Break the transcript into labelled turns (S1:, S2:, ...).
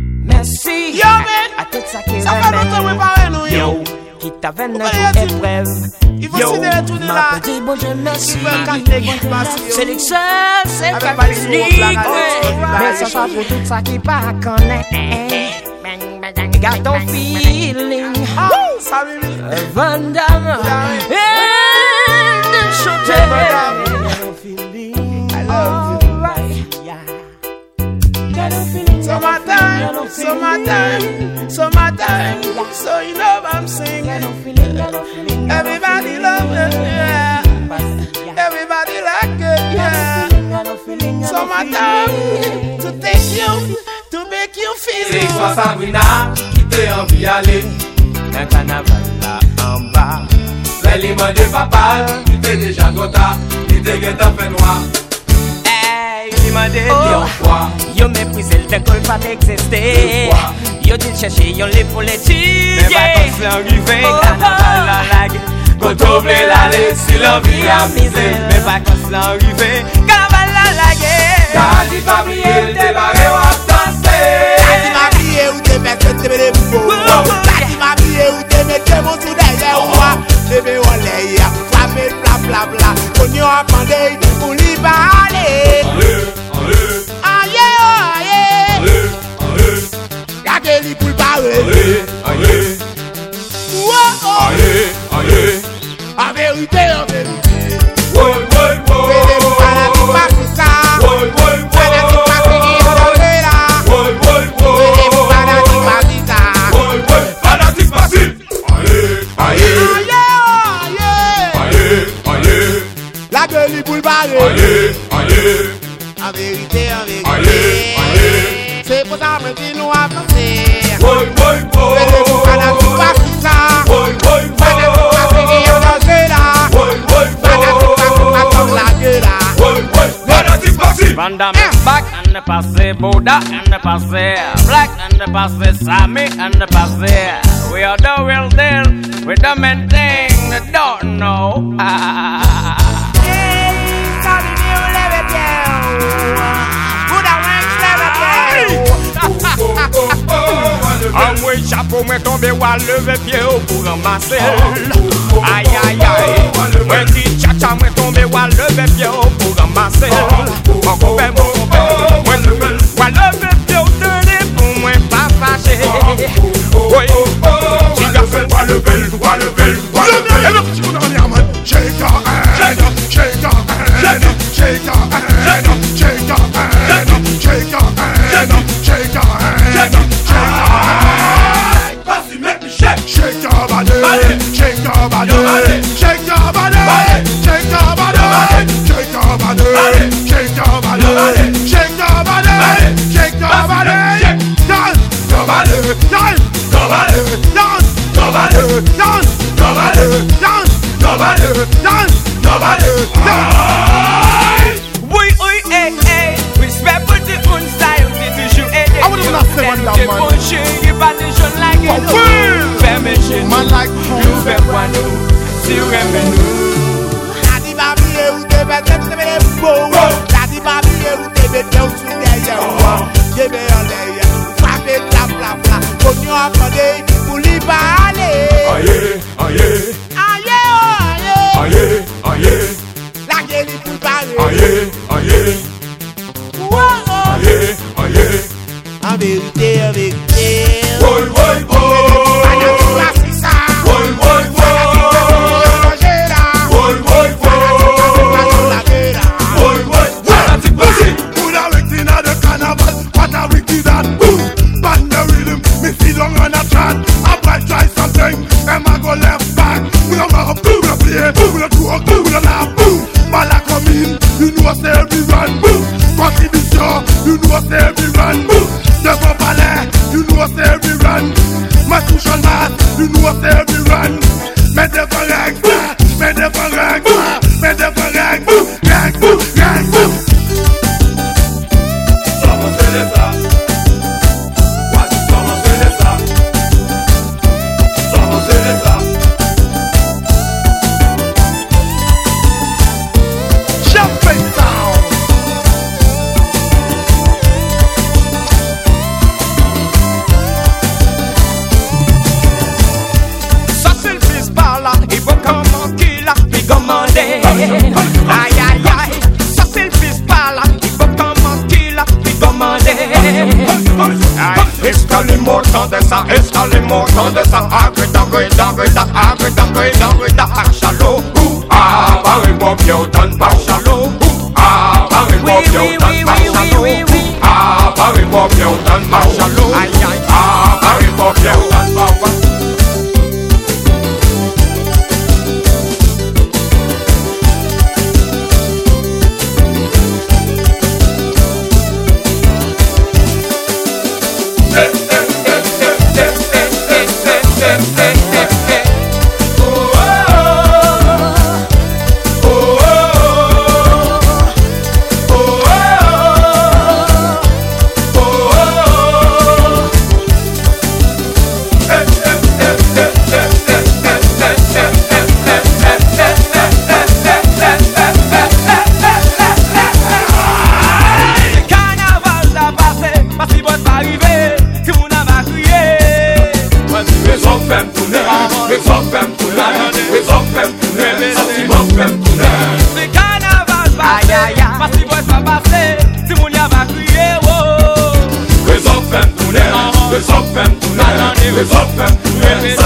S1: merci.
S2: Yo men,
S1: À tout ça qui
S2: sa pa lontan wè
S1: m'aime.
S2: pare nou yo
S1: Yo, qui t'avait dans
S2: Vous voyez,
S1: ton épreuve.
S2: Il faut
S1: Yo,
S2: s'y retourner
S1: m'a
S2: là.
S1: dit bon Dieu merci.
S2: Qui veut quand t'es qui passe, yo.
S1: C'est l'excès, c'est
S2: Avec
S1: pas
S2: Paris, on
S1: public,
S2: blague,
S1: ouais.
S2: on blague.
S1: Mais ça pas pour tout ça qui pas connaît. Garde ton feeling.
S2: Ah, sa mi mi
S1: Eh. Van Damme.
S2: Damme.
S1: Et de chanter.
S2: I love you Summertime, summertime, summertime So you know I'm singing Everybody love it, yeah Everybody like it, yeah Summertime To take you, to make you feel
S3: Se
S2: it
S3: yon Sabrina ki te anvi ale Nan kanaval la anba Le liman de papal ki te deja gota Ki te gen tan fe noa
S1: Hey, il m'a dit,
S3: Ki
S1: yo.
S3: an fwa
S1: Yo méprisé le temps qu'on pas exister. Yo dit chercher, yo les pour les Oh,
S3: Men bakans le anrive Kanaval la lag Koto vle lale si l'anvi amize Men bakans le anrive Kadi Fabriel te bare wap danse
S2: Tati ma biye ou te mette tebe de
S1: Wow.
S2: boubo Tati ma biye ou te mette moun sou deye ouwa Tebe ole ya, fame bla bla bla Konyo apande yi pou li bale
S3: Anle, anle,
S2: Aye oye,
S3: anle, anle,
S2: kake li pou l'bare
S3: anle, anle,
S2: Wow,
S3: anle, anle
S2: a verite, a verite
S3: Woy, woy, woy
S2: Vede mou fanatik pa pou sa
S3: Woy, woy, woy
S2: Fanatik pa pou ki sove la
S3: Woy, woy, woy
S2: Vede mou fanatik pa ki sa
S3: Woy, woy, fanatik pa si Aye, aye,
S2: Aye oye,
S3: aye, aye
S2: lage li pou l'bare
S3: Aye, aye,
S2: En vérité, en vérité.
S3: Allez, allez.
S2: C'est pour ça même si nous avançons.
S3: woy, woy, woy
S2: Mais ne vous fanatique pas tout ça.
S3: Woy, woy,
S2: Fanatique pas finir
S3: woy
S2: dans ce là.
S3: Woy, woy,
S2: Fanatique pas tout pas comme la gueule là.
S3: Woy, woy, fanatik pa si
S4: Van Damme is back and the passe Buddha and the passe Black and the passe Sami and the passe We are the real deal We the main thing they don't know ah.
S3: Woy,
S4: An mwen chapo mwen tombe wa leve pye ou pou ramase Ay ay ay Mwen di chacha mwen tombe wa leve pye ou pou ramase Mwen koube mwen koube Mwen wa leve pye ou tene pou mwen pa fache Woy Oui, oui, eh, eh Respect pour tes bonnes style eh, T'es toujours aidé
S2: I would've not said one down, man.
S4: Y'a pas de jeunes like
S2: For
S4: you
S2: real.
S4: Fermez chez nous
S2: Man like
S4: Nous fermons nous Si vous aimez nous
S2: La di ba biye ou te bete te bete pou La di ba biye ou te bete ou sou deye ou Yebe ole ya, fame bla bla bla Konyo apande pou li bale Aye oye, lage li pou bale Wow, en vérité, en vérité Fanatique pas si ça
S5: You know say every run, boom. The ballet, you know say every run. My social man, you know say every run. Mais des vrais règles, mais des vrais règles, mais des vrais règles, règles, règles. Jump face down. Ay, Installe montant de ça, installe montant de ça Agre d'agre d'agre d'agre agre d'agre d'agre d'agre Par chalot, ou ah, par et bon bien autant par chalot Ou ah, par et bon
S1: Oui,
S5: bien
S1: oui,
S5: autant
S1: oui,
S5: par
S1: oui,
S5: chalot
S1: oui,
S5: Ou
S1: oui,
S5: ah, par et bon bien autant par chalot
S6: Aïe, aïe.
S5: ah, par et bon bien autant par chalot Oh, oh,
S4: Carnaval la pase, pas si bon pa rive Ti moun an va kriye
S7: Mè son fèm tounè, mè son fèm tounè, mè son fèm tounè, sentimen fèm tounè
S4: Se carnaval pase, pas si bon pa pase Ti moun an va kriye
S7: Mè son fèm tounè, mè son fèm tounè, mè son fèm tounè,